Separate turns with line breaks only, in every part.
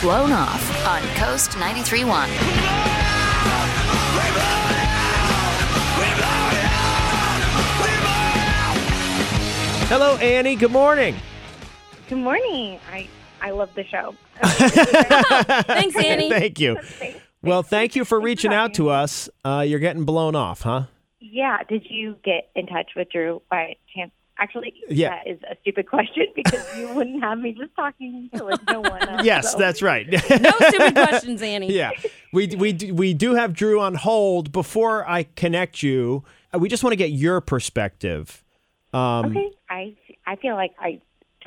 Blown Off on Coast 93.1.
Hello, Annie. Good morning.
Good morning. I I love the show.
Thanks, Annie.
Thank you. Well, thank you for reaching out to us. Uh, you're getting blown off, huh?
yeah. Did you get in touch with Drew by chance? Actually,
Yeah.
that is a stupid question because you wouldn't have me just talking to like no one. Else,
Yes,
so.
that's right.
No stupid questions, Annie.
yeah, we we do- we do have Drew on hold. Before I connect you, uh, we just want to get your perspective. Um,
okay. I I feel like I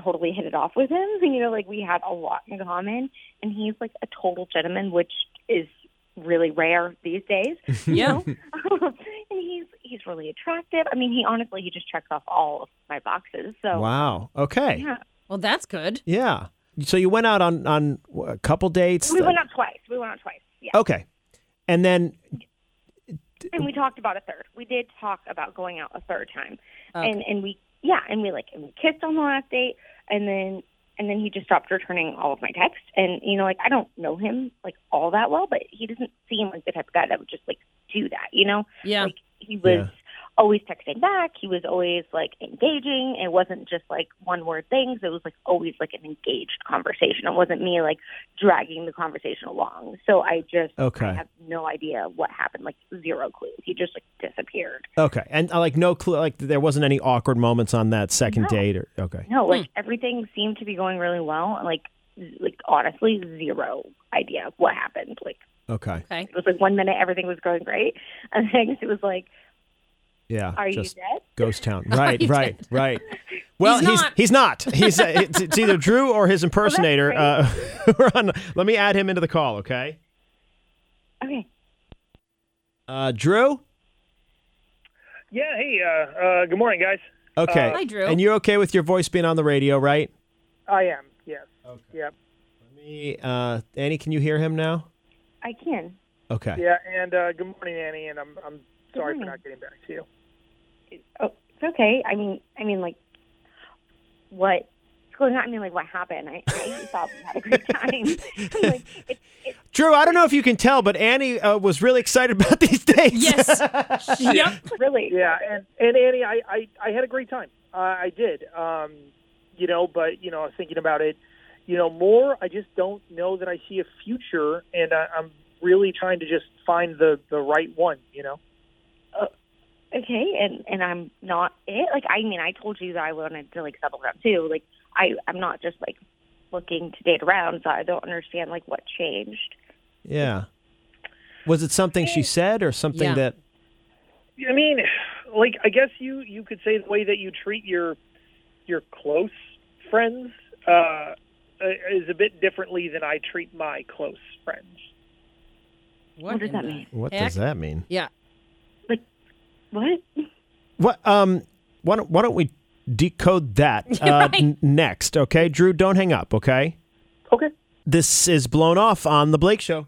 totally hit it off with him. You know, like we had a lot in common, and he's like a total gentleman, which is really rare these days.
Yeah.
and he's he's really attractive. I mean, he honestly he just checks off all of my boxes. So
Wow. Okay.
yeah.
Well, that's good.
Yeah. So you went out on on a couple dates.
We went out twice. We went out twice. Yeah.
Okay. And then
And we talked about a third. We did talk about going out a third time.
Okay.
And and we yeah, and we like and we kissed on the last date and then and then he just stopped returning all of my texts and you know, like I don't know him like all that well, but he doesn't seem like the type of guy that would just like do that, you know?
Yeah.
Like he
Yeah.
was always texting back, he was always like engaging. It wasn't just like one word things, it was like always like an engaged conversation. It wasn't me like dragging the conversation along. So I just
Okay.
I have no idea what happened, like zero clues. He just like disappeared.
okay, and uh, like no clue, like there wasn't any awkward moments on that second
No.
date, or okay.
No, like everything seemed to be going really well. and, Like, z- like honestly, zero idea what happened. Like
Okay.
Okay.
it was like one minute everything was going great, and then it was like,
Yeah.
"Are
just
you dead?"
ghost town. Right,
you
right, right. Well, he's
not.
he's not. He's, uh, it's, it's either Drew or his impersonator. uh, we're on, let me add him into the call, okay?
Okay.
Uh, Drew?
Yeah, hey, uh, uh, good morning, guys.
Okay.
Hi, Drew.
And you're okay with your voice being on the radio, right?
I am, yes. Yep.
Let me, uh, Annie, can you hear him now?
I can.
Okay.
Yeah, and uh, good morning, Annie, and I'm, I'm sorry for
morning.
not getting back to you.
Oh, it's okay. I mean, I mean, like, what? what's going on? I mean, like, what happened? I, I thought we had a great time. I'm like, it's, it's
Drew, I don't know if you can tell, but Annie uh, was really excited about these dates.
Yes. yep.
really
Yeah, and, and Annie, I, I, I had a great time. Uh, I did, um, you know, but, you know, I was thinking about it, you know, more. I just don't know that I see a future, and I, I'm really trying to just find the, the right one, you know?
okay and and i'm not it like i mean i told you that i wanted to like settle down too like i i'm not just like looking to date around so i don't understand like what changed
Yeah. Was it something she said or something
Yeah.
that.
I mean, like I guess you you could say the way that you treat your your close friends uh, is a bit differently than I treat my close friends.
What,
does
in
that
the
mean?
What
heck?
does that mean?
Yeah.
what
What um why don't, why don't we decode that uh, n- next, okay? Drew, don't hang up, okay?
Okay.
This is blown off on the Blake show.